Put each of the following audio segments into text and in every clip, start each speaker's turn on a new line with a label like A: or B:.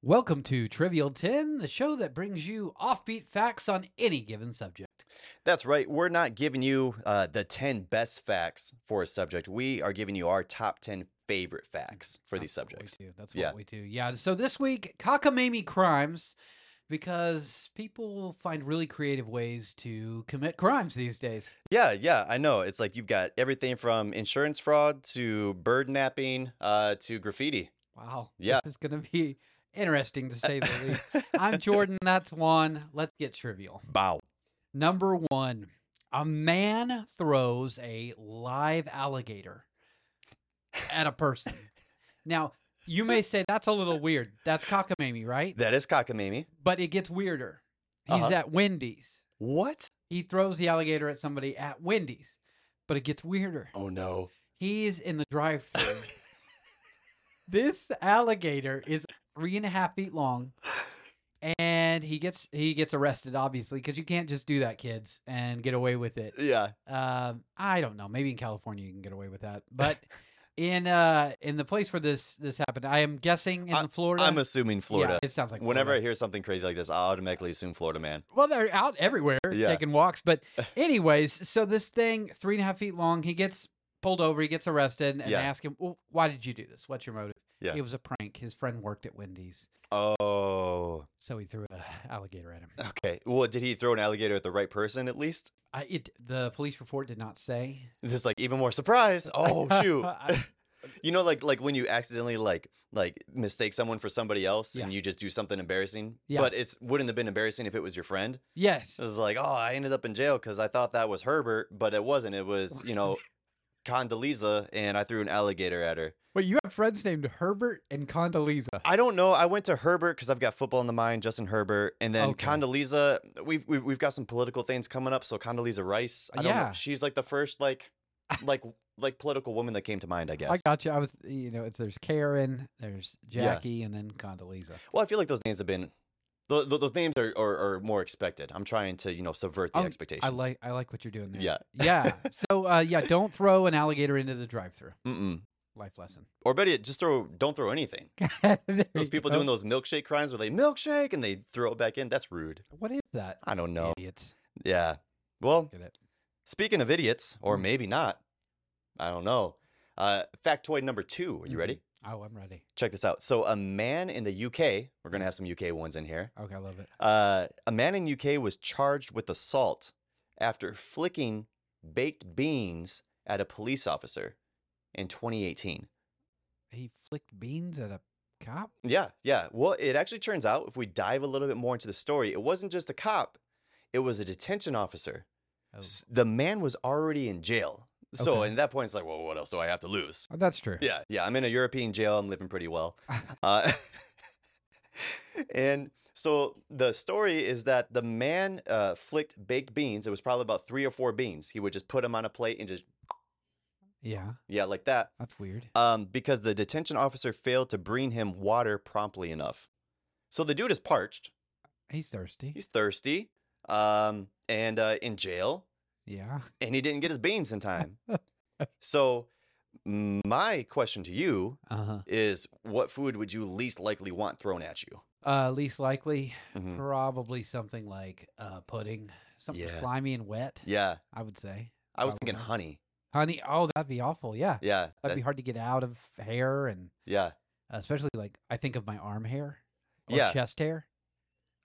A: Welcome to Trivial 10, the show that brings you offbeat facts on any given subject.
B: That's right. We're not giving you uh, the 10 best facts for a subject. We are giving you our top 10 favorite facts for these
A: That's what we
B: subjects.
A: do. That's
B: Yeah.
A: what we do. Yeah. So this week, cockamamie crimes, because people find really creative ways to commit crimes these days.
B: Yeah, yeah, I know. It's like you've got everything from insurance fraud to bird napping uh, to graffiti.
A: Wow.
B: Yeah.
A: This is going to be interesting to say the least. I'm Jordan. That's Juan. Let's get trivial.
B: Bow.
A: Number one, a man throws a live alligator at a person. now, you may say that's a little weird. That's cockamamie, right?
B: That is cockamamie.
A: But it gets weirder. He's
B: Uh-huh.
A: at Wendy's.
B: What?
A: He throws the alligator at somebody at Wendy's, but it gets weirder.
B: Oh, no.
A: He's in the drive thru. this alligator is three and a half feet long. And he gets he gets arrested, obviously, because you can't just do that, kids, and get away with it
B: yeah.
A: um, I don't know. Maybe in California you can get away with that, but in uh, in the place where this this happened, I am guessing in
B: I-
A: Florida.
B: I'm assuming Florida.
A: Yeah, it sounds like
B: Whenever I
A: Florida.
B: hear something crazy like this, I automatically assume Florida man.
A: well, they're out everywhere
B: Yeah.
A: taking walks. But anyways, so this thing three and a half feet long. He gets pulled over. He gets arrested, and
B: Yeah.
A: they ask him, well, "Why did you do this? What's your motive?"
B: Yeah.
A: it was a prank. His friend worked at Wendy's,
B: Oh,
A: so he threw an alligator at him.
B: okay. Well, did he throw an alligator at the right person at least?
A: I, it the police report did not say.
B: This is like even more surprise. Oh, shoot.
A: I-
B: You know, like like when you accidentally like like mistake someone for somebody else, and you just do something embarrassing.
A: Yeah.
B: But it's wouldn't have been embarrassing if it was your friend.
A: yes,
B: It was like, oh, I ended up in jail because I thought that was Herbert, but it wasn't. It was
A: wasn't.
B: you know, Condoleezza, and I threw an alligator at her.
A: wait, you have friends named Herbert and Condoleezza.
B: I don't know. I went to Herbert because I've got football in the mind. Justin Herbert, and then
A: Okay.
B: Condoleezza. We've, we've we've got some political things coming up. So Condoleezza Rice. I don't
A: Yeah.
B: know. She's like the first like like like political woman that came to mind. I guess.
A: I got you. I was, you know, it's there's Karen, there's
B: Yeah.
A: Jackie, and then Condoleezza.
B: Well, I feel like those names have been tho- tho- those names are, are, are more expected. I'm trying to you know subvert the
A: Um,
B: expectations.
A: I like, I like what you're doing there.
B: yeah,
A: yeah. So, uh, yeah, don't throw an alligator into the drive-through.
B: Mm-mm.
A: Life lesson.
B: or better yet, just throw don't throw anything. Those people doing those milkshake crimes where they milkshake and they throw it back in. That's rude.
A: What is that?
B: I don't know.
A: Idiots.
B: Yeah. Well,
A: Get it.
B: speaking of idiots, or
A: Mm.
B: maybe not, I don't know. Uh, factoid number two. Are you
A: Mhm.
B: ready?
A: Oh, I'm ready.
B: Check this out. So a man in the UK. We're gonna have some UK ones in here.
A: Okay, I love it.
B: Uh, a man in UK was charged with assault after flicking baked beans at a police officer in 2018.
A: He flicked beans at a cop.
B: Yeah, yeah. Well, it actually turns out if we dive a little bit more into the story, it wasn't just a cop, it was a detention officer.
A: Oh,
B: S- The man was already in jail. So
A: Okay.
B: at that point, it's like, well, what else do I have to lose?
A: oh, that's true.
B: Yeah, yeah. I'm in a European jail. I'm living pretty well. Uh, and so the story is that the man uh, flicked baked beans. It was probably about three or four beans. He would just put them on a plate and just,
A: yeah,
B: yeah, like that.
A: that's weird.
B: Um, because the detention officer failed to bring him water promptly enough. So the dude is parched.
A: He's thirsty.
B: He's thirsty um, and uh, in jail.
A: yeah.
B: And he didn't get his beans in time. so my question to you
A: Uh-huh.
B: is what food would you least likely want thrown at you?
A: Uh Least likely,
B: Mhm.
A: probably something like uh pudding, something
B: Yeah.
A: slimy and wet.
B: Yeah,
A: I would say.
B: I was thinking
A: Probably.
B: honey.
A: Honey, oh, that'd be awful. Yeah.
B: Yeah,
A: That'd
B: that-
A: be hard to get out of hair and uh,
B: yeah.
A: especially like I think of my arm hair or
B: Yeah.
A: chest hair.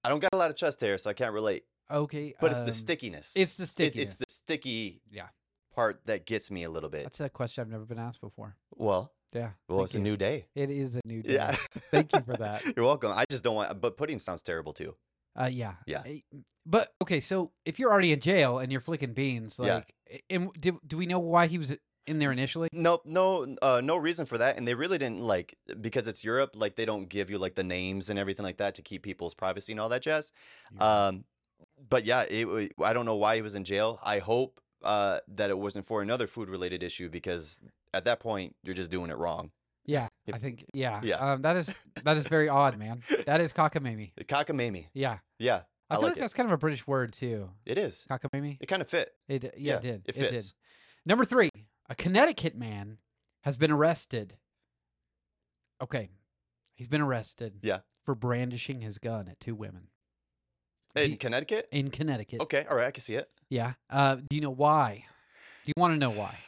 B: I don't got a lot of chest hair, so I can't relate.
A: Okay.
B: But it's
A: um,
B: the stickiness.
A: It's the
B: It-
A: sticky.
B: it's the sticky
A: Yeah.
B: part that gets me a little bit.
A: That's a question I've never been asked before.
B: well,
A: Yeah.
B: well,
A: thank
B: it's
A: you.
B: a new day.
A: It is a new day.
B: Yeah.
A: Thank you for that.
B: You're welcome. I just don't want. But pudding sounds terrible too.
A: Uh, yeah.
B: Yeah.
A: I- But okay, so if you're already in jail and you're flicking beans,
B: Yeah.
A: like, i- and w- do, do we know why he was in there initially?
B: Nope, no, uh, no reason for that. And they really didn't like because it's Europe. Like they don't give you like the names and everything like that to keep people's privacy and all that jazz. Um, but yeah, it, wa- I don't know why he was in jail. I hope uh, that it wasn't for another food related issue because at that point you're just doing it wrong.
A: yeah,
B: if-
A: I think yeah.
B: yeah.
A: Um, that is that is very odd, man. That is cockamamie.
B: Cockamamie.
A: Yeah,
B: Yeah,
A: I,
B: I
A: feel
B: like
A: like
B: it.
A: that's kind of a British word too.
B: it is.
A: Cockamamie.
B: It kind of fit.
A: It d- yeah,
B: Yeah,
A: it did.
B: it
A: did.
B: fits.
A: Number three, a Connecticut man has been arrested. Okay, he's been arrested.
B: Yeah.
A: for brandishing his gun at two women
B: in
A: Be-
B: Connecticut.
A: in Connecticut.
B: Okay, all right, I can see it.
A: Yeah. Uh, do you know why? Do you want to know why?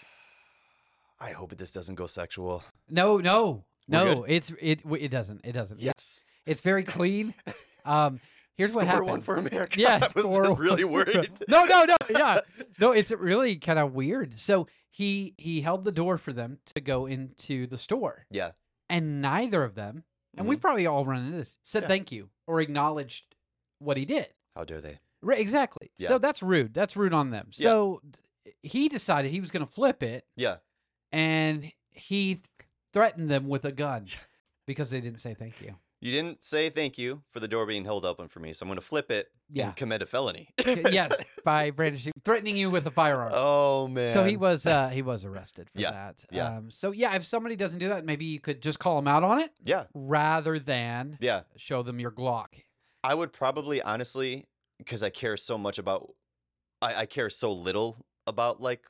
B: I hope this doesn't go sexual.
A: No, no,
B: We're good?
A: no. It's it. w- It doesn't. It doesn't. It-
B: Yes.
A: It's very clean. Um, here's
B: score
A: what happened.
B: one for America.
A: Yeah,
B: I was
A: score
B: just
A: one
B: really
A: for-
B: worried.
A: no, no, no. Yeah, no. It's really kind of weird. So he he held the door for them to go into the store.
B: Yeah.
A: And neither of them, and we
B: Mhm.
A: probably all run into this, said
B: Yeah.
A: thank you or acknowledged what he did.
B: Mm-hmm. How dare they?
A: Right, exactly.
B: Yeah.
A: So that's rude. That's rude on them.
B: Yeah.
A: So th- he decided he was going to flip it
B: Yeah.
A: and he th- threatened them with a gun because they didn't say thank you.
B: You didn't say thank you for the door being held open for me, so I'm going to flip it
A: Yeah.
B: and commit a felony.
A: C- yes, by brandishing, threatening you with a firearm.
B: oh man.
A: so he was uh, he was arrested for
B: Yeah,
A: that.
B: yeah.
A: Um, so yeah, if somebody doesn't do that, maybe you could just call them out on it
B: Yeah.
A: rather than
B: Yeah.
A: show them your Glock.
B: I would probably honestly, because I care so much about, I, I care so little about like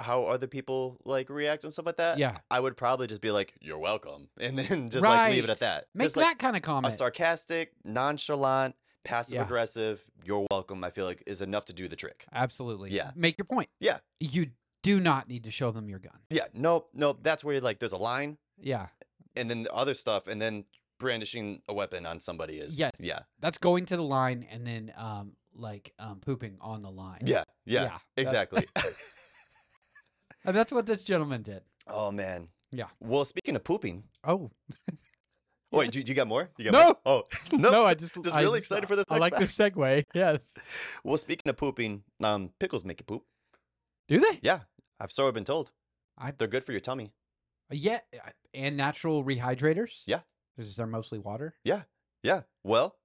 B: how other people like react and stuff like that.
A: Yeah,
B: I would probably just be like, "You're welcome," and then just like leave it
A: Right.
B: at that.
A: make
B: just
A: that
B: like
A: kind of
B: a
A: comment.
B: sarcastic, nonchalant, passive
A: Yeah.
B: aggressive "You're welcome." I feel like is enough to do the trick.
A: Absolutely.
B: Yeah.
A: Make your point.
B: Yeah.
A: You do not need to show them your gun.
B: Yeah. Nope. Nope. That's where like there's a line,
A: Yeah.
B: and then the other stuff, and then brandishing a weapon on somebody is
A: Yes.
B: yeah,
A: That's going to the line and then um like um pooping on the line.
B: yeah, yeah,
A: that's-
B: exactly.
A: and that's what this gentleman did.
B: oh man.
A: Yeah.
B: Well, speaking of pooping.
A: Oh
B: Wait, you, you got more? You got
A: No.
B: More? Oh, no.
A: I just uh,
B: Just really excited for this
A: I
B: next
A: like this segue. Yes.
B: Well, speaking of pooping, um, pickles make you poop.
A: Do they?
B: Yeah, I've so been told.
A: I-
B: They're good for your tummy.
A: Yeah. uh, And natural rehydrators.
B: Yeah.
A: Because they're mostly water.
B: Yeah. Well,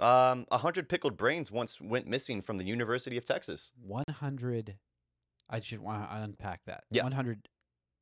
B: um, a hundred pickled brains once went missing from the University of Texas.
A: One hundred. I should want to unpack that.
B: Yeah.
A: One hundred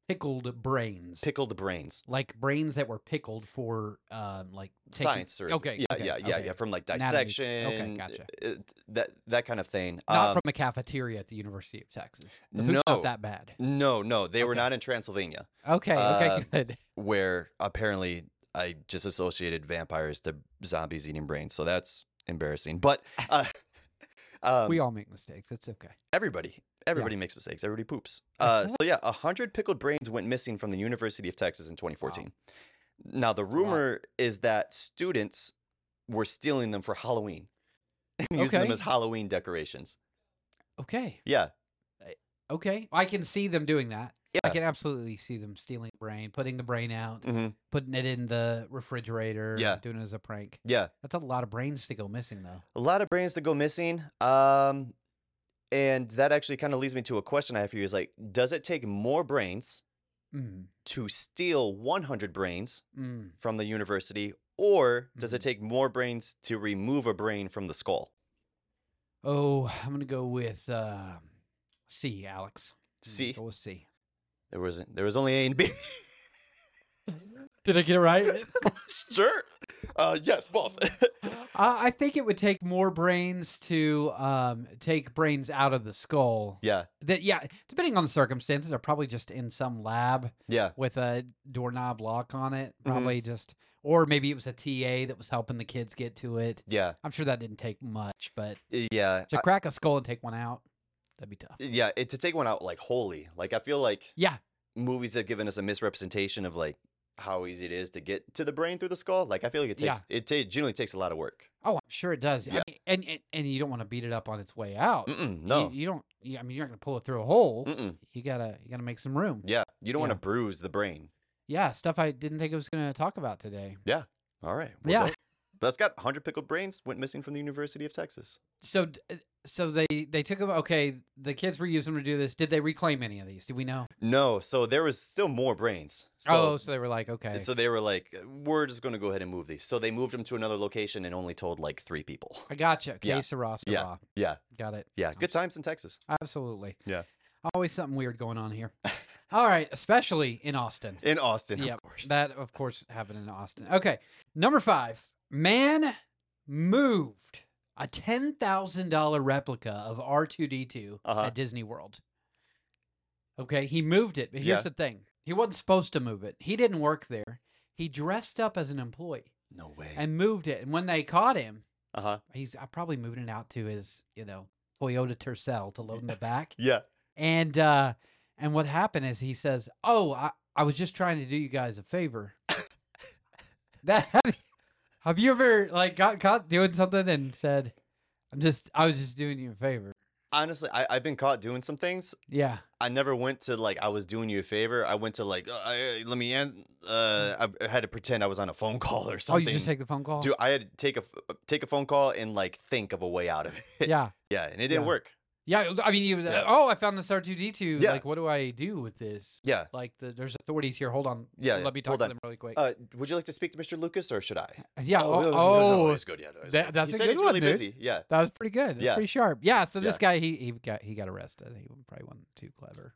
A: pickled brains.
B: Pickled brains.
A: like brains that were pickled for um like taking-
B: Science. Or,
A: okay,
B: Yeah,
A: okay,
B: yeah, yeah,
A: okay.
B: yeah. From like
A: Anatomy. Okay,
B: dissection.
A: gotcha.
B: uh, that that kind of thing.
A: Not
B: Um,
A: from the cafeteria at the University of Texas. The food's
B: no.
A: not that bad.
B: no, no, they were
A: Okay.
B: not in Transylvania,
A: Okay,
B: Uh,
A: okay, good.
B: where apparently I just associated vampires to zombies eating brains. So that's embarrassing. But uh, um,
A: we all make mistakes. It's okay.
B: everybody everybody makes mistakes everybody poops uh, so yeah 100 pickled brains went missing from the university of texas in 2014 now the
A: a lot.
B: rumor is that students were stealing them for halloween and using them
A: Okay.
B: as halloween decorations
A: Okay,
B: yeah
A: okay. I can see them doing that. I
B: Yeah.
A: can absolutely see them stealing a brain, putting the brain out,
B: hmm
A: putting it in the refrigerator,
B: Yeah.
A: doing it as a prank.
B: yeah
A: That's a lot of brains to go missing, though.
B: a lot of brains to go missing um and that actually kind of leads me to a question i have for you is like does it take more brains
A: Mm,
B: to steal 100 brains
A: mm.
B: from the university or does it
A: Mhm.
B: take more brains to remove a brain from the skull
A: Oh, I'm gonna go with uh, C, Alex. I'm gonna
B: see
A: go with C.
B: There wasn't. There was only A and B.
A: Did I get it right?
B: sure. Uh, yes, both.
A: Uh, I think it would take more brains to um, take brains out of the skull.
B: yeah.
A: That yeah, depending on the circumstances, are probably just in some lab
B: Yeah.
A: with a doorknob lock on it.
B: Mm-hmm.
A: Probably just, or maybe it was a TA that was helping the kids get to it.
B: Yeah.
A: I'm sure that didn't take much, but
B: Yeah.
A: to
B: I-
A: crack a skull and take one out, that'd be tough.
B: yeah. It, to take one out like wholly. Like I feel like
A: Yeah,
B: movies have given us a misrepresentation of like how easy it is to get to the brain through the skull. Like I feel like it takes. It ta- generally takes a lot of work.
A: Oh, I'm sure it does. I
B: Yeah.
A: mean, and, and and you don't want to beat it up on its way out. You-
B: Mm-mm, no.
A: you, don't. You, I mean, you're not gonna pull it through a hole.
B: Mm-mm.
A: You gotta you gotta make some room.
B: Yeah. You don't want to
A: Yeah.
B: bruise the brain.
A: Yeah, stuff I didn't think I was gonna talk about today.
B: All right.
A: Yeah.
B: done. That's got 100 pickled brains went missing from the University of Texas.
A: So d- uh, so they they took them. Okay, the kids were using them to do this. Did they reclaim any of these? Do we know?
B: No, so there was still more brains. So
A: oh, so they were like, okay,
B: So they were like, "Uh, we're just going to go ahead and move these. So they moved them to another location and only told like three people.
A: I gotcha. Okay,
B: Yeah,
A: Sarah,
B: yeah,
A: Sarah.
B: yeah.
A: got it.
B: Yeah, good times in Texas.
A: Absolutely.
B: Yeah.
A: Always something weird going on here. All right, especially in Austin.
B: In Austin,
A: Yep,
B: of course.
A: That, of course, happened in Austin. Okay. Number five man moved a $10,000 replica of R2D2
B: Uh-huh.
A: at Disney World. Okay. He moved it. But here's
B: Yeah.
A: the thing he wasn't supposed to move it, he didn't work there. He dressed up as an employee.
B: No way.
A: and moved it. And when they caught him,
B: Uh huh.
A: he's I probably moving it out to his, you know, Toyota Tercel to load in the back.
B: Yeah.
A: And uh and what happened is he says, "Oh, I, I was just trying to do you guys a favor." that have you ever like got caught doing something and said, "I'm just I was just doing you a favor."
B: Honestly, I, I've been caught doing some things.
A: Yeah.
B: I never went to like I was doing you a favor. I went to like uh, I, let me an- uh I had to pretend I was on a phone call or something.
A: Hmm. Oh, you just take the phone call.
B: Dude, I had to take a f- uh, take a phone call and like think of a way out of it.
A: yeah.
B: yeah, and it didn't
A: Yeah.
B: work.
A: Yeah, I mean, you.
B: Yeah.
A: Oh, I found this R two D two.
B: Yeah.
A: Like, what do I do with this?
B: Yeah.
A: Like, the, there's authorities here. Hold on.
B: Yeah, yeah,
A: Let me talk
B: hold
A: to
B: on.
A: them really quick.
B: Uh, would you like to speak to Mr. Lucas or should I?
A: yeah. Oh,
B: no, no,
A: oh,
B: no, it's good. Yeah, no, it's
A: that-
B: good.
A: that's
B: he
A: a
B: said
A: good
B: he's
A: one,
B: really
A: dude.
B: busy. Yeah,
A: that was pretty good. That's
B: Yeah.
A: pretty sharp. Yeah. So this
B: Yeah.
A: guy, he he got he got arrested. He probably wasn't too clever.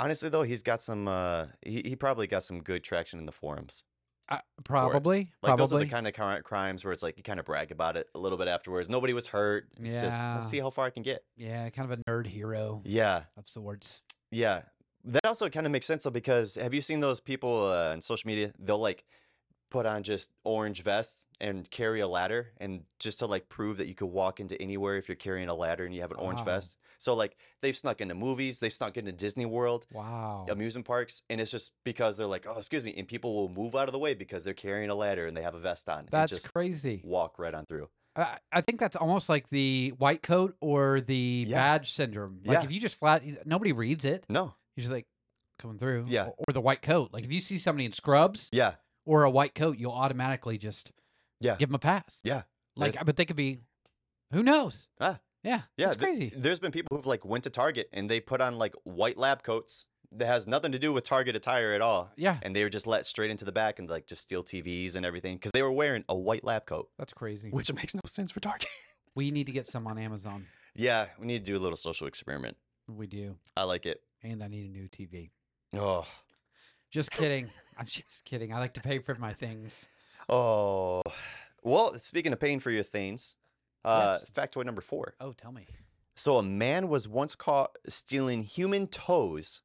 B: honestly though, he's got some. Uh, he he probably got some good traction in the forums.
A: Uh, probably.
B: Like
A: probably.
B: those are the kind of cri- crimes where it's like you kind of brag about it a little bit afterwards. Nobody was hurt. It's just
A: Yeah.
B: let's see how far I can get.
A: yeah, kind of a nerd hero
B: Yeah.
A: of sorts.
B: Yeah. That also kind of makes sense though, because have you seen those people uh, on social media? They'll like put on just orange vests and carry a ladder, and just to like prove that you could walk into anywhere if you're carrying a ladder and you have an orange
A: Wow.
B: vest. So like they've snuck into movies, they've snuck into Disney World,
A: Wow.
B: amusement parks, and it's just because they're like, oh, excuse me, and people will move out of the way because they're carrying a ladder and they have a vest on
A: That's
B: and just
A: crazy.
B: walk right on through.
A: I, I think that's almost like the white coat or the
B: Yeah.
A: badge syndrome. Like
B: Yeah.
A: if you just flat, nobody reads it.
B: No,
A: You're just like coming through.
B: Yeah.
A: Or, or the white coat. Like if you see somebody in scrubs
B: yeah,
A: or a white coat, you'll automatically just
B: Yeah.
A: give them a pass.
B: Yeah.
A: Like,
B: There's-
A: but they could be, who knows?
B: Ah.
A: Yeah.
B: yeah.
A: It's
B: th-
A: crazy.
B: there's been people who've like went to Target and they put on like white lab coats that has nothing to do with Target attire at all.
A: yeah.
B: and they were just let straight into the back and like just steal TVs and everything because they were wearing a white lab coat,
A: That's crazy.
B: which makes no sense for Target.
A: We need to get some on Amazon.
B: yeah, we need to do a little social experiment.
A: We do.
B: I like it.
A: And I need a new TV.
B: Oh,
A: Just kidding. I'm just kidding. I like to pay for my things.
B: oh. Well, speaking of paying for your things, uh,
A: Yes.
B: factoid number four.
A: Oh, tell me.
B: So a man was once caught stealing human toes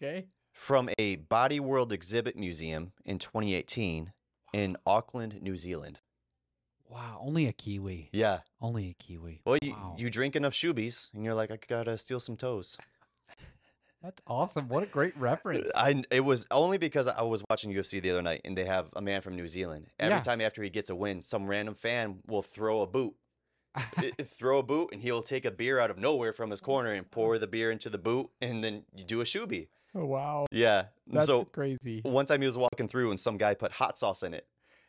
A: Okay.
B: from a Body World exhibit museum in 2018 in Auckland, New Zealand.
A: Wow. Only a Kiwi.
B: Yeah.
A: Only a Kiwi.
B: Well, you,
A: Wow.
B: you drink enough shoobies and you're like, I gotta steal some toes.
A: That's awesome. What a great reference.
B: I kn- it was only because I was watching UFC the other night and they have a man from New Zealand. Every
A: Yeah.
B: time after he gets a win, some random fan will throw a boot, i- i- throw a boot, and he'll take a beer out of nowhere from his corner and pour the beer into the boot, and then you do a shooby.
A: Oh, wow.
B: Yeah. And so
A: crazy.
B: one time he was walking through and some guy put hot sauce in it,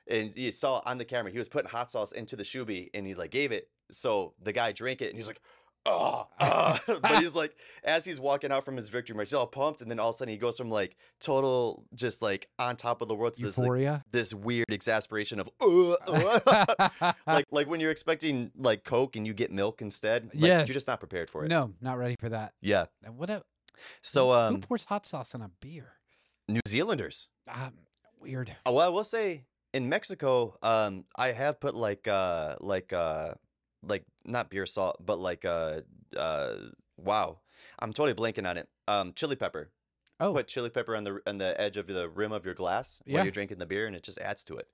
B: and you saw on the camera he was putting hot sauce into the shooby, and he like gave it. So the guy drank it, and he's like. Oh,
A: Ah.
B: but he's like, as he's walking out from his victory, march, he's all pumped, and then all of a sudden he goes from like total, just like on top of the world to this like,
A: Euphoria.
B: this weird exasperation of "Uh, uh," like like when you're expecting like Coke and you get milk instead. Like,
A: Yes.
B: you're just not prepared for it.
A: No, not ready for that.
B: Yeah.
A: And What a,
B: So
A: who
B: um,
A: pours hot sauce in a beer?
B: New Zealanders.
A: Um, weird.
B: Oh, Well, I will say in Mexico, um, I have put like uh like uh like not beer salt, but like uh uh wow, I'm totally blanking on it. Um, chili pepper.
A: Oh,
B: Put chili pepper on the on the edge of the rim of your glass while
A: Yeah.
B: you're drinking the beer, and it just adds to it.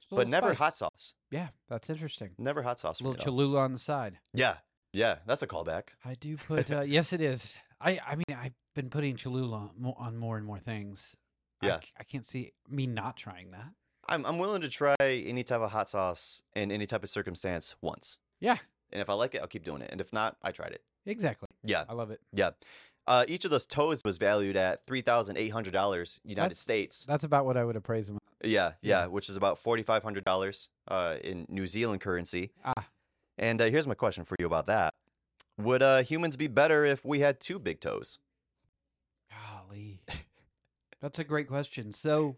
A: just a
B: But
A: little
B: never hot
A: spice.
B: sauce.
A: Yeah, that's interesting.
B: Never hot sauce.
A: A
B: For me,
A: little
B: though.
A: Cholula on the side.
B: yeah, yeah, that's a callback.
A: I do put. Uh, yes, it is. I. I mean, I've been putting Cholula mo- on more and more things. I
B: Yeah.
A: c- I, can't see me not trying that.
B: I'm I'm willing to try any type of hot sauce in any type of circumstance once,
A: Yeah,
B: and if I like it, I'll keep doing it, and if not, I tried it.
A: exactly.
B: Yeah.
A: I love it.
B: Yeah. Uh, each of those toes was valued at three thousand eight hundred dollars United
A: That's-
B: States.
A: That's about what I would appraise them.
B: yeah,
A: yeah.
B: yeah, which is about forty five hundred dollars uh, in New Zealand currency.
A: Ah.
B: And uh, here's my question for you about that: Would uh, humans be better if we had two big toes?
A: Golly, that's a great question. So,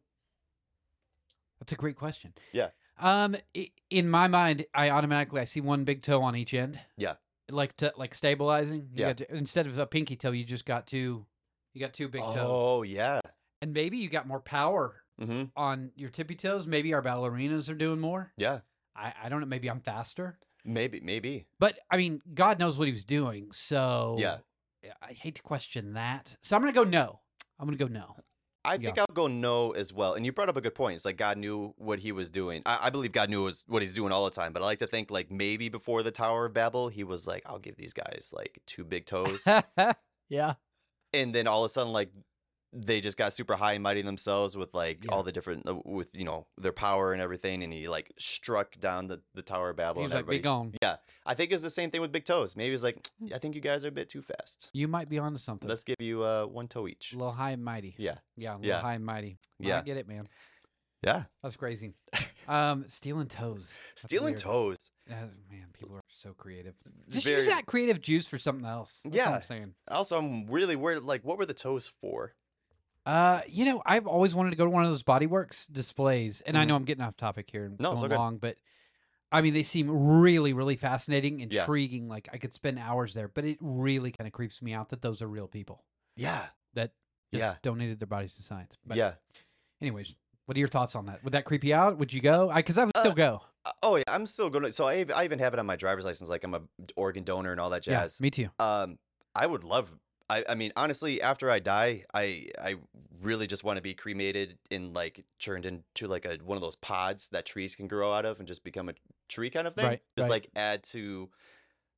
A: that's a great question.
B: Yeah.
A: Um, i- in my mind, I automatically I see one big toe on each end.
B: Yeah.
A: Like to like stabilizing. You
B: Yeah.
A: got to- instead of a pinky toe, you just got two. You got two big toes,
B: Oh yeah.
A: and maybe you got more power
B: hmm
A: on your tippy toes. Maybe our ballerinas are doing more.
B: Yeah.
A: I I don't know. Maybe I'm faster.
B: Maybe. Maybe.
A: But I mean, God knows what he was doing. So
B: Yeah.
A: I hate to question that. So I'm gonna go no. I'm gonna go no.
B: I
A: Yeah.
B: think I'll go no as well. And you brought up a good point. It's like God knew what he was doing. I, I believe God knew was what he's doing all the time. But I like to think like maybe before the Tower of Babel, he was like, I'll give these guys like two big toes.
A: yeah.
B: and then all of a sudden, like they just got super high and mighty themselves with like
A: Yeah.
B: all the different uh, with you know their power and everything. And he like struck down the, the Tower of Babel.
A: He was
B: and
A: like, be
B: everybody's
A: gone. Hmm.
B: I think it's the same thing with big toes. Maybe it's like I think you guys are a bit too fast.
A: You might be onto something.
B: Let's give you uh one toe each.
A: a little high and mighty.
B: Yeah,
A: Yeah. A little
B: yeah.
A: high and mighty. Well, I
B: yeah,
A: get it, man.
B: yeah.
A: That's crazy. Um, stealing toes. That's
B: Stealing
A: weird.
B: toes.
A: Uh, man, people are so creative. Just
B: Very-
A: use that creative juice for something else. That's all
B: Yeah.
A: I'm saying.
B: Also, I'm really worried. Like, what were the toes for?
A: Uh, you know, I've always wanted to go to one of those bodyworks displays, and I
B: Mhm.
A: know I'm getting off topic here and
B: No, it's
A: going
B: all good.
A: long, but I mean, they seem really, really fascinating,
B: Yeah.
A: intriguing. Like I could spend hours there, but it really kind of creeps me out that those are real people
B: Yeah,
A: that just
B: Yeah.
A: donated their bodies to science. But
B: yeah.
A: Anyways, what are your thoughts on that? Would that creep you out? Would you go? I because I would still
B: Uh,
A: go.
B: Uh, Oh yeah, I'm still going. to So I, ev- I even have it on my driver's license. Like I'm a organ donor and all that
A: Yeah,
B: jazz.
A: me too.
B: um, I would love. I, I mean, honestly, after I die, I I really just want to be cremated and like churned into like a one of those pods that trees can grow out of and just become a tree kind of thing.
A: Right,
B: just
A: right.
B: like add to,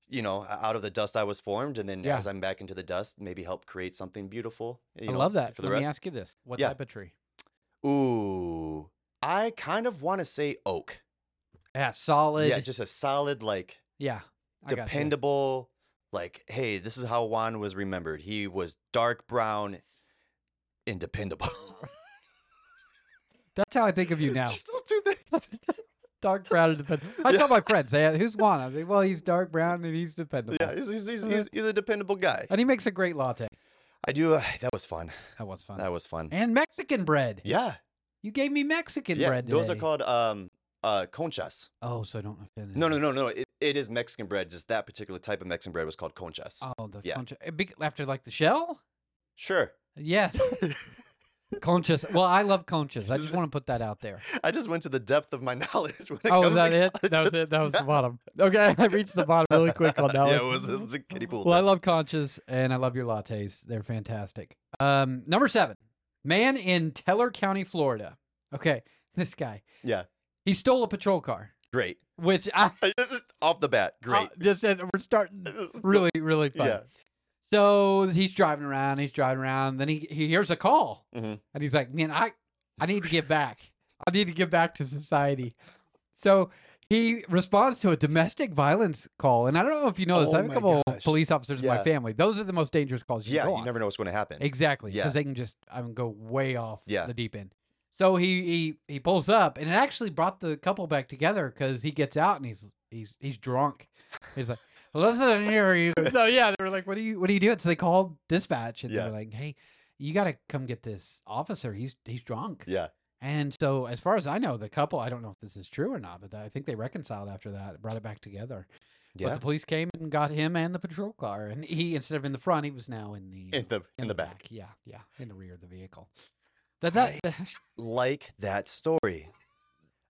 B: you know, o- out of the dust I was formed, and then
A: Yeah.
B: as I'm back into the dust, maybe help create something beautiful. You
A: I
B: know,
A: love that.
B: for the
A: Let
B: rest.
A: me ask you this: What
B: Yeah.
A: type of tree?
B: Ooh, I kind of want to say oak.
A: Yeah, solid.
B: Yeah, just a solid, like
A: yeah, I gotcha.
B: dependable. Like, hey, this is how Juan was remembered. He was dark brown and dependable.
A: That's how I think of you now.
B: just those two things.
A: dark brown and dependable. I
B: Yeah.
A: tell my friends, hey, who's Juan? I was like, well, he's dark brown and he's dependable.
B: yeah, he's, he's, he's, he's, he's a dependable guy.
A: And he makes a great latte.
B: I do. Uh, that was fun.
A: That was fun.
B: That was fun.
A: and Mexican bread.
B: Yeah,
A: You gave me Mexican
B: yeah.
A: bread.
B: Those are
A: today.
B: called um uh conchas.
A: Oh, so I don't offend.
B: No, no,
A: anyone.
B: no, no. It, it is Mexican bread. Just that particular type of Mexican bread was called conchas.
A: Oh, the
B: Yeah.
A: concha a big- after like the shell.
B: Sure.
A: Yes, conchas. Well, I love conchas. I
B: This
A: just
B: is-
A: want to put that out there.
B: I just went to the depth of my knowledge when it
A: Oh,
B: comes
A: was that
B: to
A: it?
B: conchas.
A: That was it. That was the bottom. Okay, I reached the bottom really quick on that
B: yeah, it
A: one.
B: was, this is a kiddie pool.
A: Oh, Well, I
B: thing.
A: love conchas and I love your lattes. They're fantastic. Um, number seven, man in Teller County, Florida. Okay, this guy.
B: Yeah.
A: He stole a patrol car,
B: Great.
A: which I
B: This is off the bat. Great.
A: I- this is, we're starting
B: This is-
A: really, really fun.
B: Yeah.
A: So he's driving around, he's driving around, then he, he hears a call.
B: Mhm.
A: And he's like, Man, I I need to get back. I need to give back to society. So he responds to a domestic violence call. And I don't know if you know this.
B: Oh
A: I have a
B: my
A: couple
B: gosh.
A: police officers in
B: Yeah.
A: my family. Those are the most dangerous calls you
B: Yeah,
A: can go
B: you
A: on.
B: never know what's going to happen.
A: Exactly, because
B: Yeah.
A: they can just I mean, go way off
B: Yeah.
A: the deep end. So he he he pulls up, and it actually brought the couple back together because he gets out and he's he's he's drunk. He's like, "Listen here, you." So yeah, they were like, "What do you what are you doing?" So they called dispatch, and
B: Yeah.
A: they were like, "Hey, you got to come get this officer. He's he's drunk."
B: Yeah.
A: And so, as far as I know, the couple I don't know if this is true or not, but I think they reconciled after that, brought it back together. But
B: Yeah.
A: the police came and got him and the patrol car, and he instead of in the front, he was now in the
B: In the in, the, back.
A: yeah, yeah, in the rear of the vehicle. That that
B: Right. Like that story.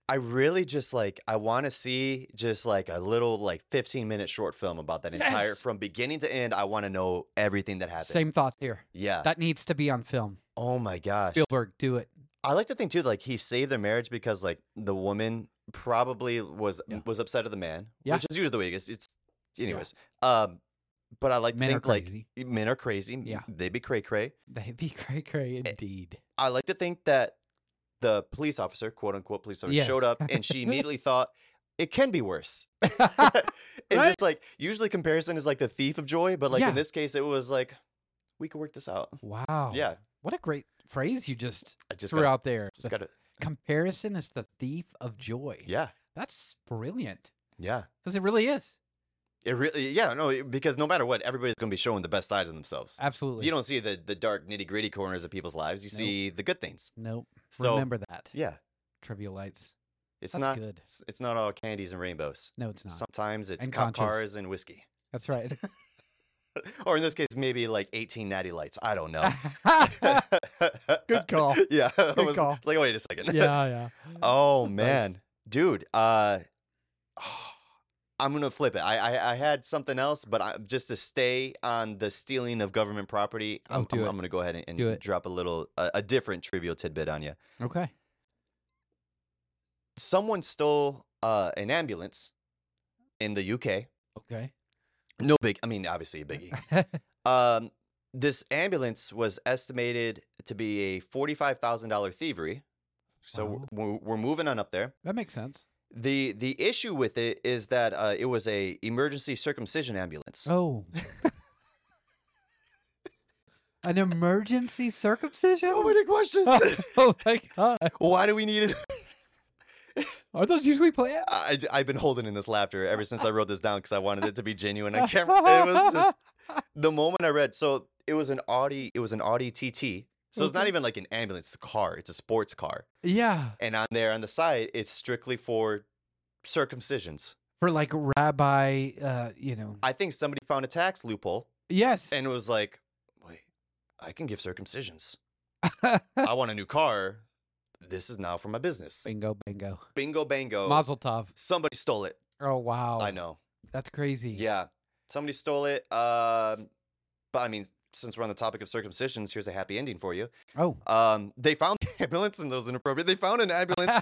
B: I really just like I want to see just like a little like 15 minute short film about that entire
A: Yes.
B: from beginning to end. I want to know everything that happened.
A: same thoughts here.
B: Yeah.
A: That needs to be on film.
B: oh my gosh.
A: Spielberg, do it.
B: I like to think too like he saved their marriage because like the woman probably was
A: Yeah.
B: was upset at the man,
A: Yeah.
B: which is usually the way it is. It's anyways. Um but I like to
A: Men are
B: think like
A: crazy.
B: men are crazy.
A: Yeah.
B: They be cray cray.
A: They'd be cray cray
B: Eh,
A: indeed.
B: I like to think that the police officer, quote unquote police officer,
A: Yes.
B: showed up and she immediately thought it can be worse.
A: yeah,
B: It's
A: Right?
B: just like usually comparison is like the thief of joy, but like
A: Yeah.
B: in this case, it was like we could work this out.
A: wow.
B: Yeah,
A: What a great phrase you just
B: I just
A: threw
B: gotta,
A: out there.
B: just gotta,
A: Comparison is the thief of joy.
B: yeah,
A: That's brilliant.
B: yeah.
A: Because it really is.
B: It really, yeah, no, it- because no matter what, everybody's gonna be showing the best sides of themselves.
A: Absolutely.
B: You don't see the the dark nitty gritty corners of people's lives. You
A: Nope.
B: see the good things.
A: Nope.
B: So
A: Remember that.
B: yeah,
A: Trivial lights.
B: it's
A: That's
B: not
A: good.
B: it's, it's not all candies and rainbows.
A: No, it's not.
B: Sometimes it's
A: And
B: cop
A: conchas.
B: cars and whiskey.
A: That's right.
B: or in this case, maybe like 18 natty lights. I don't know.
A: Good call. Yeah,
B: Yeah, I
A: Good
B: was
A: call.
B: like, wait a second.
A: yeah.
B: oh
A: Nice.
B: man, dude. Uh, I'm gonna flip it. I, I I had something else, but I, just to stay on the stealing of government property,
A: Oh,
B: I'm,
A: do
B: I'm,
A: it.
B: I'm gonna go ahead and,
A: Do
B: and
A: it.
B: drop a little a, a different trivial tidbit on you.
A: Okay.
B: Someone stole uh, an ambulance in the UK.
A: Okay.
B: No big. I mean, obviously a biggie. Um, this ambulance was estimated to be a forty-five thousand dollar thievery. So
A: Wow.
B: we're, we're moving on up there.
A: that makes sense.
B: the The issue with it is that uh, it was a emergency circumcision ambulance.
A: Oh. An emergency circumcision?
B: So many
A: oh,
B: questions.
A: oh my god.
B: Why do we need it?
A: Are those usually planned?
B: I, have been holding in this laughter ever since I wrote this down because I wanted it to be genuine. I can't. It was just the moment I read. So it was an Audi. It was an Audi TT. So it's not
A: Okay.
B: even like an ambulance. It's a car. It's a sports car.
A: Yeah.
B: And on there on the side, it's strictly for circumcisions.
A: For like rabbi uh, you know.
B: I think somebody found a tax loophole
A: Yes.
B: and was like, wait, I can give circumcisions. I want a new car. This is now for my business.
A: bingo bingo.
B: Bingo, bango.
A: Mazel tov.
B: Somebody stole it.
A: Oh wow.
B: Oh. I know.
A: That's crazy.
B: Yeah. Somebody stole it. Um, but I mean, since we're on the topic of circumcisions, here's a happy ending for you.
A: Oh.
B: Um, they found the ambulance, and that was inappropriate. They found an ambulance.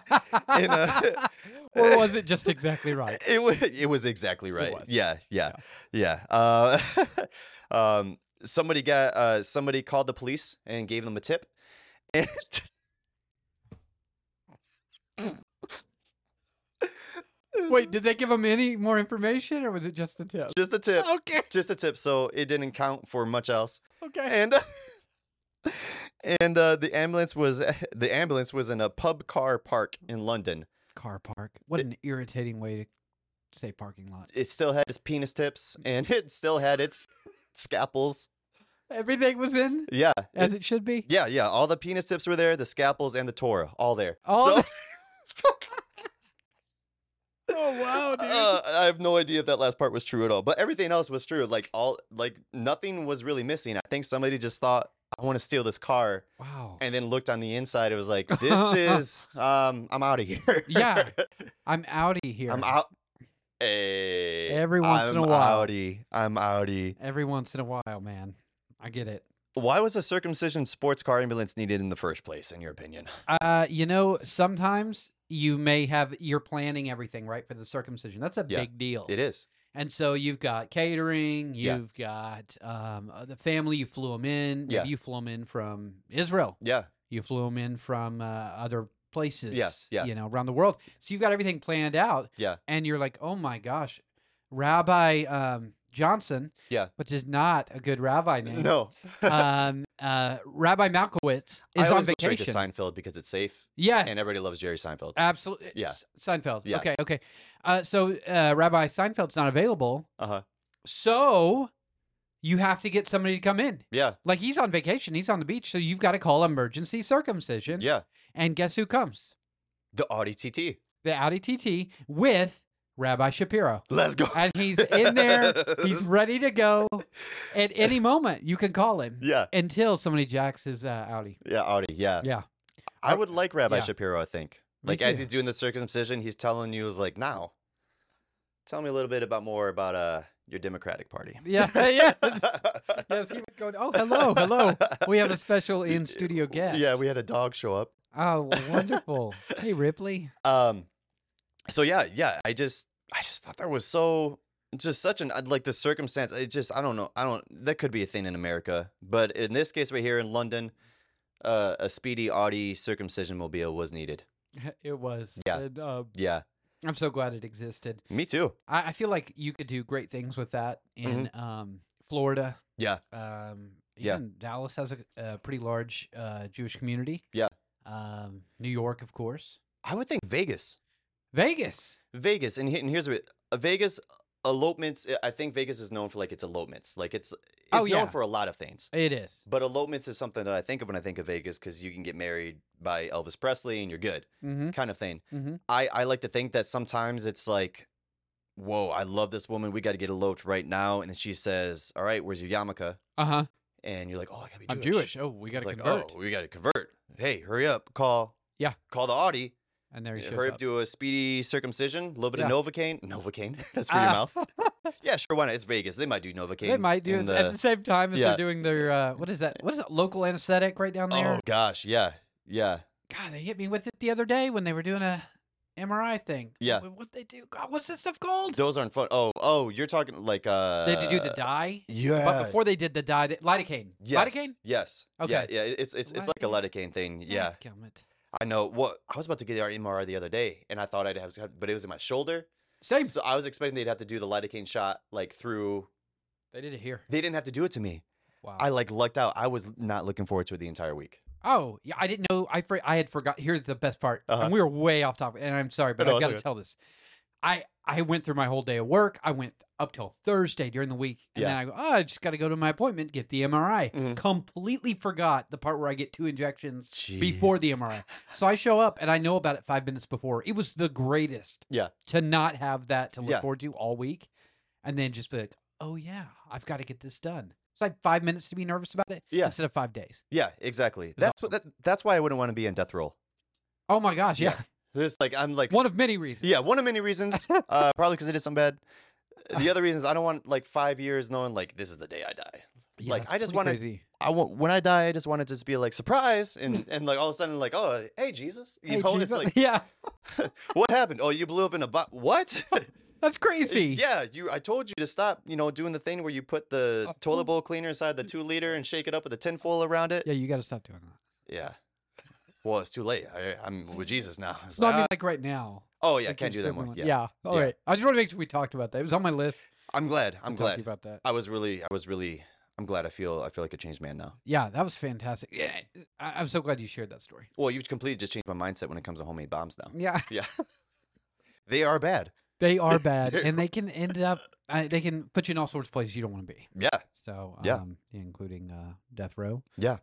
B: in a-
A: or was it just exactly right?
B: It was it was exactly right.
A: was.
B: Yeah, yeah, yeah. Uh, um, somebody got uh, somebody called the police and gave them a tip, and
A: Wait, did they give him any more information or was it just the tip?
B: just a tip,
A: Okay.
B: just a tip. So it didn't count for much else.
A: Okay.
B: And and uh, the ambulance was the ambulance was in a pub car park in London.
A: Car park. What an irritating way to say parking lot.
B: It still had its penis tips, and it still had its scalpels.
A: Everything was in
B: Yeah,
A: as it should be.
B: Yeah, yeah. All the penis tips were there, the scalpels and the Torah, all there.
A: All
B: so,
A: the- Oh wow,
B: uh, I have no idea if that last part was true at all, but everything else was true. Like all, like nothing was really missing. I think somebody just thought, I want to steal this car,
A: wow.
B: and then looked on the inside. It was like, this is, um, I'm out of here.
A: Yeah, I'm outie here.
B: I'm out. Hey,
A: Every once in
B: I'm
A: a while.
B: outie. I'm outie.
A: Every once in a while, man. I get it.
B: Why was a circumcision sports car ambulance needed in the first place, in your opinion?
A: Uh, you know, sometimes you may have you're planning everything right for the circumcision. That's a
B: Yeah,
A: big deal.
B: It is.
A: And so you've got catering,
B: Yeah.
A: you've got um, uh, the family. You flew them in. if
B: Yeah.
A: You flew them in from Israel.
B: Yeah.
A: You flew them in from uh, other places.
B: yeah.
A: You know, around the world. So you've got everything planned out.
B: Yeah.
A: And you're like, oh my gosh, Rabbi um, Johnson.
B: Yeah.
A: Which is not a good rabbi name.
B: No.
A: um, uh, Rabbi Malkowitz
B: I
A: is on
B: always go straight
A: vacation.
B: to Seinfeld because it's safe.
A: Yes.
B: and everybody loves Jerry Seinfeld.
A: Absolutely.
B: Yeah.
A: Seinfeld.
B: Yeah.
A: Okay. Okay. Uh, so uh, Rabbi Seinfeld's not available.
B: Uh huh.
A: So you have to get somebody to come in.
B: Yeah,
A: Like he's on vacation, he's on the beach, so you've got to call emergency circumcision.
B: yeah.
A: And guess who comes?
B: The Audi TT.
A: The Audi TT with Rabbi Shapiro.
B: Let's go.
A: And he's in there. He's ready to go. At any moment, you can call him
B: Yeah,
A: until somebody jacks his uh, Audi.
B: yeah. Audi. Yeah.
A: Yeah.
B: I would like Rabbi
A: yeah.
B: Shapiro. I think.
A: Me
B: Like as
A: too.
B: he's doing the circumcision, he's telling you is like now. Tell me a little bit about more about uh your Democratic Party.
A: Yeah. yes. Yes. He would go, oh, hello. Hello. We have a special in studio guest.
B: Yeah, we had a dog show up.
A: Oh, wonderful. hey, Ripley.
B: Um, so yeah, yeah. I just, I just thought that was so just such an uh, like the circumstance. It just, I don't know. I don't. That could be a thing in America, but in this case right here in London, uh, a speedy Audi circumcision mobile was needed.
A: It was.
B: Yeah.
A: And, uh,
B: Yeah,
A: I'm so glad it existed.
B: me too.
A: I, I feel like you could do great things with that in um, Florida.
B: Mm-hmm. Yeah.
A: Um,
B: Yeah.
A: even Dallas has a, a pretty large uh, Jewish community.
B: Yeah.
A: Um, New York, of course.
B: I would think Vegas,
A: Vegas.
B: Vegas, and, he- and here's what uh, Vegas elopements. I- I think Vegas is known for like its elopements. Like it's, it's
A: Oh,
B: known
A: yeah.
B: for a lot of things.
A: It is.
B: But elopements is something that I think of when I think of Vegas because you can get married by Elvis Presley and you're good,
A: Mm-hmm.
B: kind of thing.
A: Mm-hmm.
B: I, I like to think that sometimes it's like, whoa, I love this woman. We got to get eloped right now. And then she says, all right, where's your yarmulke?
A: Uh huh.
B: And you're like, oh, I got to be Uh-huh. Jewish.
A: I'm Jewish. Oh, we got
B: It's
A: to
B: like,
A: convert.
B: oh, we got to convert. Hey, hurry up. Call.
A: Yeah.
B: Call the Audi. Uh,
A: and there he shows
B: Hurry up,
A: up.
B: do a speedy circumcision, a little bit
A: Yeah.
B: of Novocaine. Novocaine? That's for your
A: Ah.
B: mouth. yeah, sure. Why not? It's Vegas. They might do Novocaine.
A: They might do
B: in
A: it at the same time as
B: yeah.
A: they're doing their uh, what is that? What is it? Local anesthetic right down there.
B: Oh, gosh. Yeah. Yeah.
A: God, they hit me with it the other day when they were doing a MRI thing.
B: Yeah.
A: what would they do? God, what's this stuff called?
B: Those aren't fun. Oh, oh, you're talking like. uh
A: they had to do the dye,
B: Yeah.
A: but before they did the dye, they, lidocaine.
B: Yes.
A: Lidocaine.
B: Yes. Yeah,
A: Okay. Uh-huh.
B: yeah. it- It's it's it's like a lidocaine thing. Yeah.
A: Gummit.
B: I know. What I was about to get our MRI the other day, and I thought I'd have, but it was in my shoulder.
A: Same.
B: So I was expecting they'd have to do the lidocaine shot like through.
A: They did it here.
B: They didn't have to do it to me.
A: Wow.
B: I like lucked out. I was not looking forward to it the entire week.
A: oh, yeah. I didn't know. I for, I had forgot. Here's the best part.
B: Uh-huh.
A: And we were way off topic. And I'm sorry, but
B: No,
A: I've
B: it's
A: got to
B: okay.
A: tell this. I I went through my whole day of work. I went up till Thursday during the week, and
B: Yeah.
A: then I go. Oh, I just got to go to my appointment, get the MRI.
B: Mhm.
A: Completely forgot the part where I get two injections
B: Jeez.
A: before the MRI. So I show up and I know about it five minutes before. It was the greatest.
B: Yeah.
A: To not have that to look
B: Yeah.
A: forward to all week, and then just be like, oh yeah, I've got to get this done. It's like five minutes to be nervous about it
B: Yeah.
A: instead of five days.
B: Yeah, exactly. That's
A: awesome.
B: what, that, that's why I wouldn't want to be on death roll.
A: Oh my gosh, yeah.
B: Yeah. There's like I'm like
A: One of many reasons.
B: yeah, one of many reasons. uh, probably because I did something bad. The other reason is I don't want like five years knowing like this is the day I die. like,
A: that's
B: I just
A: pretty
B: wanna-
A: crazy.
B: I want when I die, I just want it to just be like surprise and and like all of a sudden like oh hey Jesus, you
A: Hmm. Hey,
B: know
A: Jesus.
B: it's like
A: yeah,
B: what happened? Oh, you blew up in a bot. What?
A: that's crazy.
B: yeah, you. I told you to stop. You know, doing the thing where you put the
A: Uh,
B: toilet bowl cleaner inside the two liter and shake it up with the tin foil around it.
A: Yeah, you got to stop doing that.
B: Yeah. Well, it's too late. I, I'm with Jesus now. It's
A: No,
B: like,
A: I mean
B: ah,
A: like right now.
B: oh yeah,
A: like,
B: can't do
A: you're
B: that
A: still
B: more.
A: doing-
B: Yeah.
A: All right.
B: Yeah.
A: I just want to make sure we talked about that. It was on my list.
B: I'm glad. I'm
A: to talk to you
B: glad.
A: about that.
B: I was really. I was really. I'm glad. I feel. I feel like a changed man now.
A: Yeah, that was fantastic. Yeah, I, I'm so glad you shared that story.
B: Well, you've completely just changed my mindset when it comes to homemade bombs now.
A: Yeah,
B: Yeah. they are bad.
A: they are bad,
B: They're-
A: and they can end up. I, they can put you in all sorts of places you don't want to be.
B: Yeah.
A: So um,
B: Yeah.
A: including uh, death row.
B: Yeah.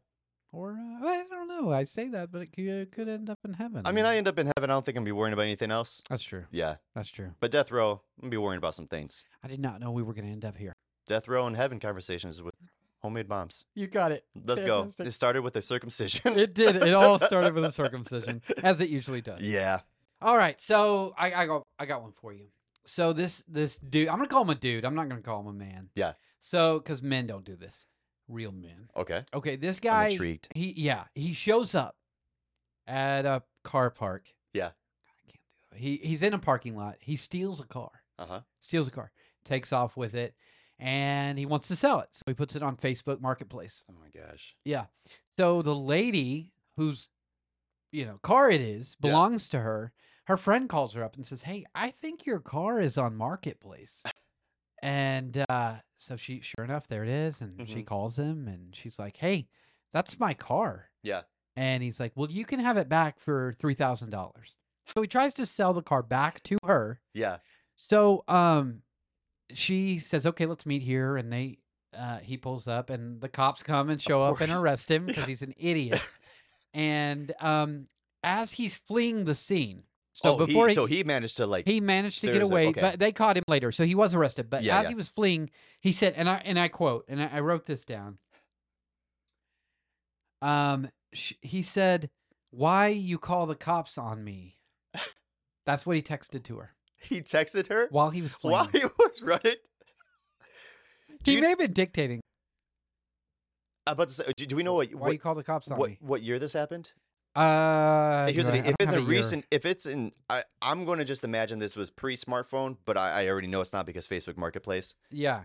A: Or uh, I don't know. I say that, but it could, it could end up in heaven.
B: I mean, I end up in heaven. I don't think I'm gonna be worrying about anything else.
A: That's true.
B: Yeah.
A: That's true.
B: But death row, I'm gonna be worrying about some things.
A: I did not know we were going to end up here.
B: Death row and heaven conversations with homemade bombs.
A: You got it.
B: Let's go.
A: Fantastic.
B: It started with a circumcision.
A: It did. It all started with a circumcision, as it usually does.
B: yeah.
A: All right. So I, I got I got one for you. So this this dude, I'm gonna call him a dude. I'm not gonna call him a man.
B: Yeah.
A: So because men don't do this, real men.
B: Okay.
A: Okay. This
B: I'm
A: guy,
B: intrigued.
A: he yeah, he shows up at a car park.
B: Yeah.
A: I can't do it. He he's in a parking lot. He steals a car.
B: Uh huh.
A: Steals a car. Takes off with it, and he wants to sell it. So he puts it on Facebook Marketplace.
B: Oh my gosh.
A: So the lady whose, you know, car it is
B: Yeah.
A: belongs to her. Her friend calls her up and says, "Hey, I think your car is on marketplace." and uh, so she, sure enough, there it is, and she
B: Mhm.
A: calls him, and she's like, "Hey, that's my car."
B: Yeah.
A: And he's like, "Well, you can have it back for three thousand dollars." So he tries to sell the car back to her.
B: Yeah.
A: So um she says, "Okay, let's meet here." And they uh he pulls up and the cops come and show up and
B: course.
A: arrest him because
B: Yeah.
A: he's an idiot. and um as he's fleeing the scene. So
B: oh,
A: before
B: he,
A: he,
B: so he managed to like.
A: he managed to get
B: there's a-
A: away,
B: okay.
A: but they caught him later. So he was arrested, but
B: Yeah,
A: as
B: yeah.
A: he was fleeing, he said and I and I quote and I, I wrote this down. Um sh- he said, "Why you call the cops on me?" That's what he texted to her
B: he texted her
A: while he was fleeing.
B: while he was running. Do
A: He
B: you-
A: may have been dictating.
B: I'm about to say, do, do we know
A: wh-
B: what
A: why you
B: what,
A: call the cops on
B: what,
A: me.
B: what year this happened?
A: Uh,
B: Here's
A: do
B: the
A: I-
B: thing.
A: I don't
B: If it's
A: have
B: a
A: year.
B: recent, if it's in, I, I'm going to just imagine this was pre-smartphone, but I, I already know it's not because Facebook Marketplace.
A: yeah,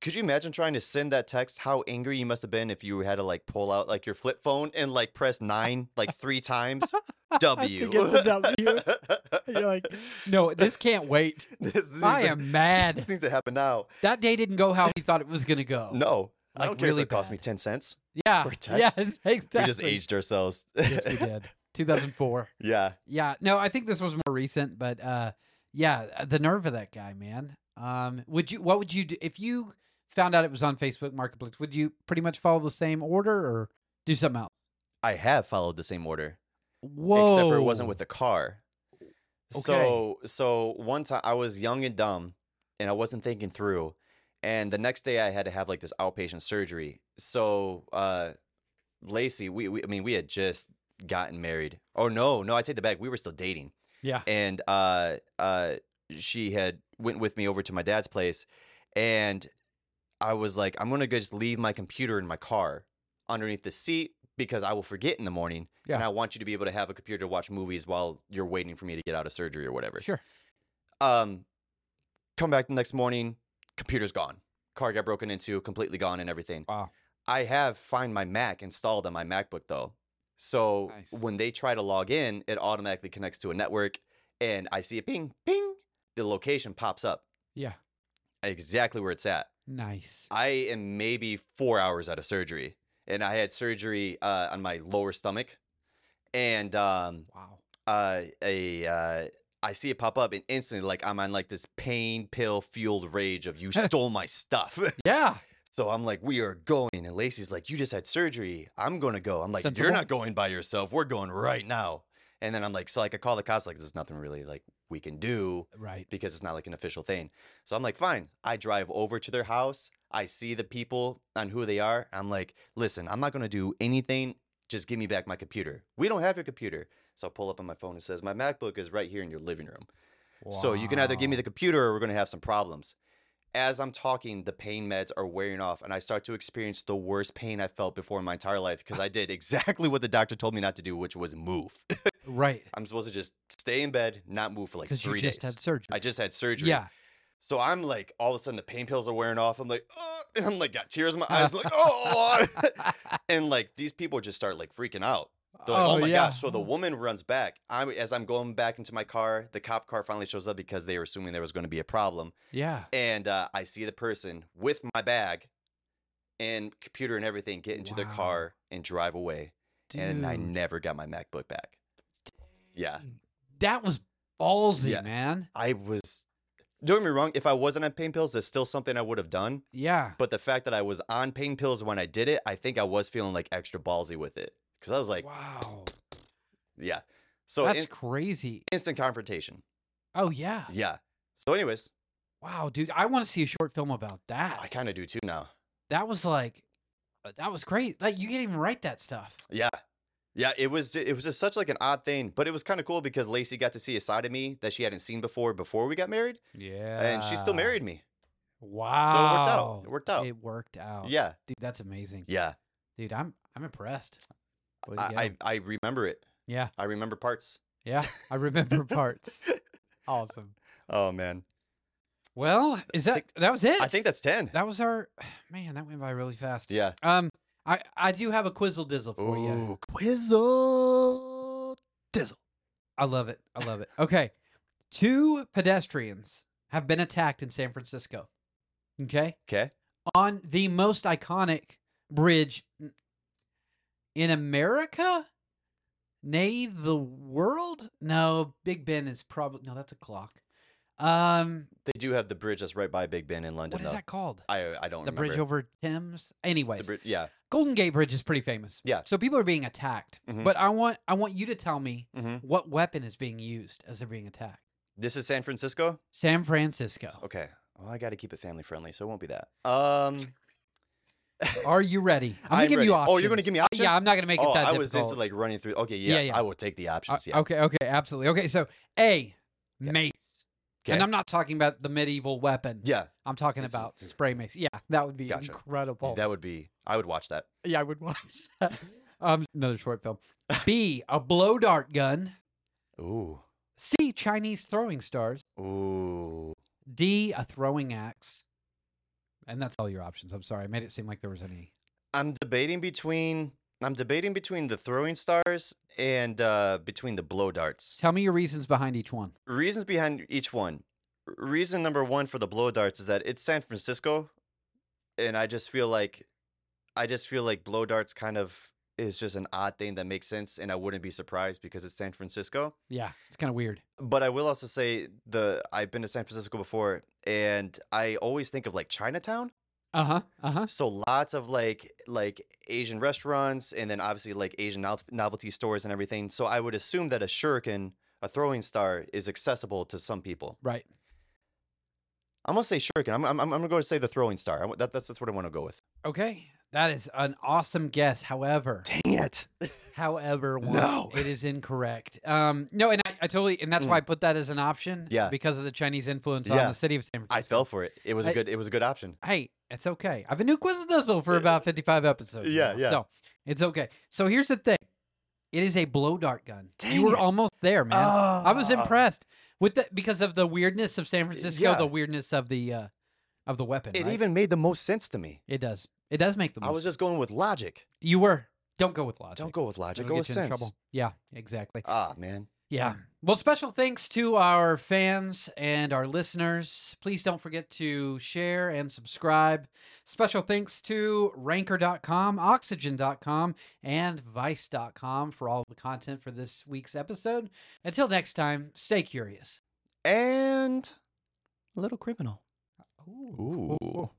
B: Could you imagine trying to send that text? How angry you must have been if you had to like pull out like your flip phone and like press nine like three times. W.
A: get the W. You're like, no, this can't wait.
B: this, this
A: I
B: needs to-
A: am mad.
B: This needs to happen now.
A: That day didn't go how he thought it was gonna go.
B: No, I
A: Like,
B: don't care
A: really
B: if it cost me
A: bad.
B: ten cents.
A: yeah,
B: for
A: yeah,
B: text.
A: exactly.
B: We just aged ourselves.
A: Yes, we did. 2004.
B: yeah.
A: Yeah, no, I think this was more recent, but uh, yeah, uh, the nerve of that guy, man. Um, would you? What would you do if you found out it was on Facebook Marketplace? Would you pretty much follow the same order or do something else?
B: I have followed the same order,
A: Whoa!
B: except for it wasn't with a car.
A: Okay.
B: So, so one time I was young and dumb, and I wasn't thinking through. And the next day I had to have like this outpatient surgery. So, uh, Lacey, we, we I mean we had just gotten married. Oh no, no, I take the back. We were still dating,
A: Yeah.
B: and uh, uh, she had went with me over to my dad's place, and I was like, I'm gonna go just leave my computer in my car underneath the seat because I will forget in the morning, and
A: Yeah.
B: I want you to be able to have a computer to watch movies while you're waiting for me to get out of surgery or whatever.
A: Sure.
B: Um, come back the next morning, computer's gone. Car got broken into, completely gone, and everything.
A: Wow.
B: I have Find My Mac installed on my MacBook though. So
A: Nice.
B: when they try to log in, it automatically connects to a network and I see a ping, ping. The location pops up
A: Yeah.
B: exactly where it's at.
A: Nice.
B: I am maybe four hours out of surgery and I had surgery uh, on my lower stomach. And um,
A: Wow.
B: uh, a uh, I see it pop up and instantly, like I'm on like this pain pill fueled rage of you stole my stuff.
A: Yeah.
B: So I'm like, we are going. And Lacey's like, you just had surgery. I'm going to go. I'm like,
A: Sensible.
B: you're not going by yourself. We're going right now. And then I'm like, so like I call the cops, like, there's nothing really like we can do
A: Right.
B: because it's not like an official thing. So I'm like, fine. I drive over to their house. I see the people on who they are. I'm like, listen, I'm not going to do anything. Just give me back my computer. We don't have your computer. So I pull up on my phone and says, my MacBook is right here in your living room. So you can either give me the computer or we're going to have some problems. As I'm talking, the pain meds are wearing off, and I start to experience the worst pain I felt before in my entire life because I did exactly what the doctor told me not to do, which was move.
A: Wow. right
B: I'm supposed to just stay in bed, not move for like
A: because you
B: three
A: just
B: days.
A: had surgery.
B: I just had surgery.
A: Yeah.
B: So I'm like, all of a sudden, the pain pills are wearing off. I'm like, oh, and I'm like, got tears in my eyes. like, oh, and like these people just start like freaking out. They're like, oh, my
A: yeah. Mm-hmm.
B: gosh. So the woman runs back. I, as I'm going back into my car, the cop car finally shows up because they were assuming there was going to be a problem.
A: Yeah.
B: And uh, I see the person with my bag and computer and everything get into their
A: Wow.
B: car and drive away. And I
A: Dude.
B: never got my MacBook back. Yeah.
A: That was ballsy,
B: Yeah.
A: man.
B: I was, don't get me wrong, if I wasn't on pain pills, that's still something I would have done.
A: Yeah.
B: But the fact that I was on pain pills when I did it, I think I was feeling like extra ballsy with it. Cause I was like,
A: wow.
B: yeah. So
A: That's
B: in-
A: crazy.
B: instant confrontation.
A: Oh yeah.
B: Yeah. So, anyways,
A: Wow, dude. I want to see a short film about that.
B: I kind of do too now.
A: that was like uh, that was great. Like you can't even write that stuff.
B: Yeah. Yeah, it was it was just such like an odd thing, but it was kind of cool because Lacey got to see a side of me that she hadn't seen before before we got married,
A: Yeah.
B: and she still married me.
A: Wow.
B: It worked out.
A: It worked out.
B: Yeah,
A: Dude, that's amazing.
B: yeah.
A: Dude, I'm I'm impressed. Way to
B: I,
A: go.
B: I I remember it.
A: yeah.
B: I remember parts.
A: Yeah. I remember parts. awesome.
B: Oh man,
A: Well, is that
B: think-
A: that was it?
B: I think that's ten.
A: that was our man, that went by really fast.
B: Yeah.
A: Um I I do have a quizzle dizzle for you.
B: Ooh, quizzle dizzle.
A: I love it. I love it. Okay. Two pedestrians have been attacked in San Francisco. Okay?
B: Okay.
A: On the most iconic bridge n- in America? Nay, the world? No, Big Ben is probably no, that's a clock. Um
B: They do have the bridge that's right by Big Ben in London.
A: what is
B: though.
A: that called?
B: I I don't
A: The
B: remember.
A: bridge over Thames. Anyways,
B: The bridge. Yeah.
A: Golden Gate Bridge is pretty famous.
B: Yeah.
A: So people are being attacked.
B: Mhm.
A: But I want I want you to tell me
B: hmm
A: what weapon is being used as they're being attacked.
B: This is San Francisco.
A: San Francisco.
B: Okay. Well, I got to keep it family friendly, so it won't be that. Um.
A: Are you ready? I'm gonna
B: I'm
A: give you
B: ready.
A: options.
B: Oh, you're gonna give me
A: Uh,
B: options?
A: Yeah, I'm not gonna make it
B: oh,
A: that
B: I was
A: difficult.
B: just like running through. Okay,
A: Yeah,
B: yes,
A: yeah.
B: I will take the
A: Uh,
B: options. yeah.
A: Okay, okay, absolutely. Okay, so A, mace.
B: Okay.
A: And I'm not talking about the medieval weapon.
B: Yeah,
A: I'm talking
B: This is-
A: about spray mace. Yeah, that would be
B: Gotcha.
A: incredible.
B: that would be. I would watch that.
A: yeah, I would watch that. um, another short film. B, a blow dart gun.
B: Ooh,
A: C, Chinese throwing stars.
B: ooh.
A: D, a throwing axe. And that's all your options. I'm sorry. I made it seem like there was any.
B: I'm debating between. I'm debating between the throwing stars and uh, between the blow darts.
A: Tell me your reasons behind each one.
B: Reasons behind each one. R- Reason number one for the blow darts is that it's San Francisco, and I just feel like, I just feel like blow darts kind of is just an odd thing that makes sense, and I wouldn't be surprised because it's San Francisco.
A: Yeah, it's kind of weird.
B: but I will also say the I've been to San Francisco before, and I always think of like Chinatown.
A: Uh huh. Uh huh.
B: So lots of like like Asian restaurants, and then obviously like Asian nov- novelty stores and everything. So I would assume that a shuriken, a throwing star, is accessible to some people.
A: Right.
B: I'm gonna say shuriken. I'm I'm, I'm gonna go say the throwing star. I, wa- that, that's that's what I want to go with.
A: Okay. That is an awesome guess. However,
B: Dang it.
A: however, one,
B: No. Mm.
A: it is incorrect. Um, no, and I, I totally, and that's why I put that as an option.
B: Yeah.
A: because of the Chinese influence on
B: Yeah.
A: the city of San Francisco.
B: I fell for it. It was a
A: I-
B: good. It was a good option.
A: hey, it's okay. I've been doing Quizzizzle for about 55 episodes.
B: Yeah,
A: now,
B: yeah.
A: So it's okay. So here's the thing it is a blow dart gun.
B: Dang
A: you were
B: it.
A: almost there, man. I was
B: Ah.
A: impressed with the because of the weirdness of San Francisco,
B: yeah.
A: the weirdness of the uh, of the weapon.
B: It
A: right?
B: even made the most sense to me.
A: it does. It does make the most.
B: I was just going with logic.
A: you were. Don't go with logic.
B: Don't go with logic.
A: It'll
B: Go
A: get
B: with
A: you in
B: sense.
A: trouble. Yeah, exactly.
B: Ah, man.
A: Yeah. Well, special thanks to our fans and our listeners. Please don't forget to share and subscribe. Special thanks to ranker.com, oxygen.com, and vice.com for all the content for this week's episode. Until next time, stay curious.
B: And a little criminal. Ooh.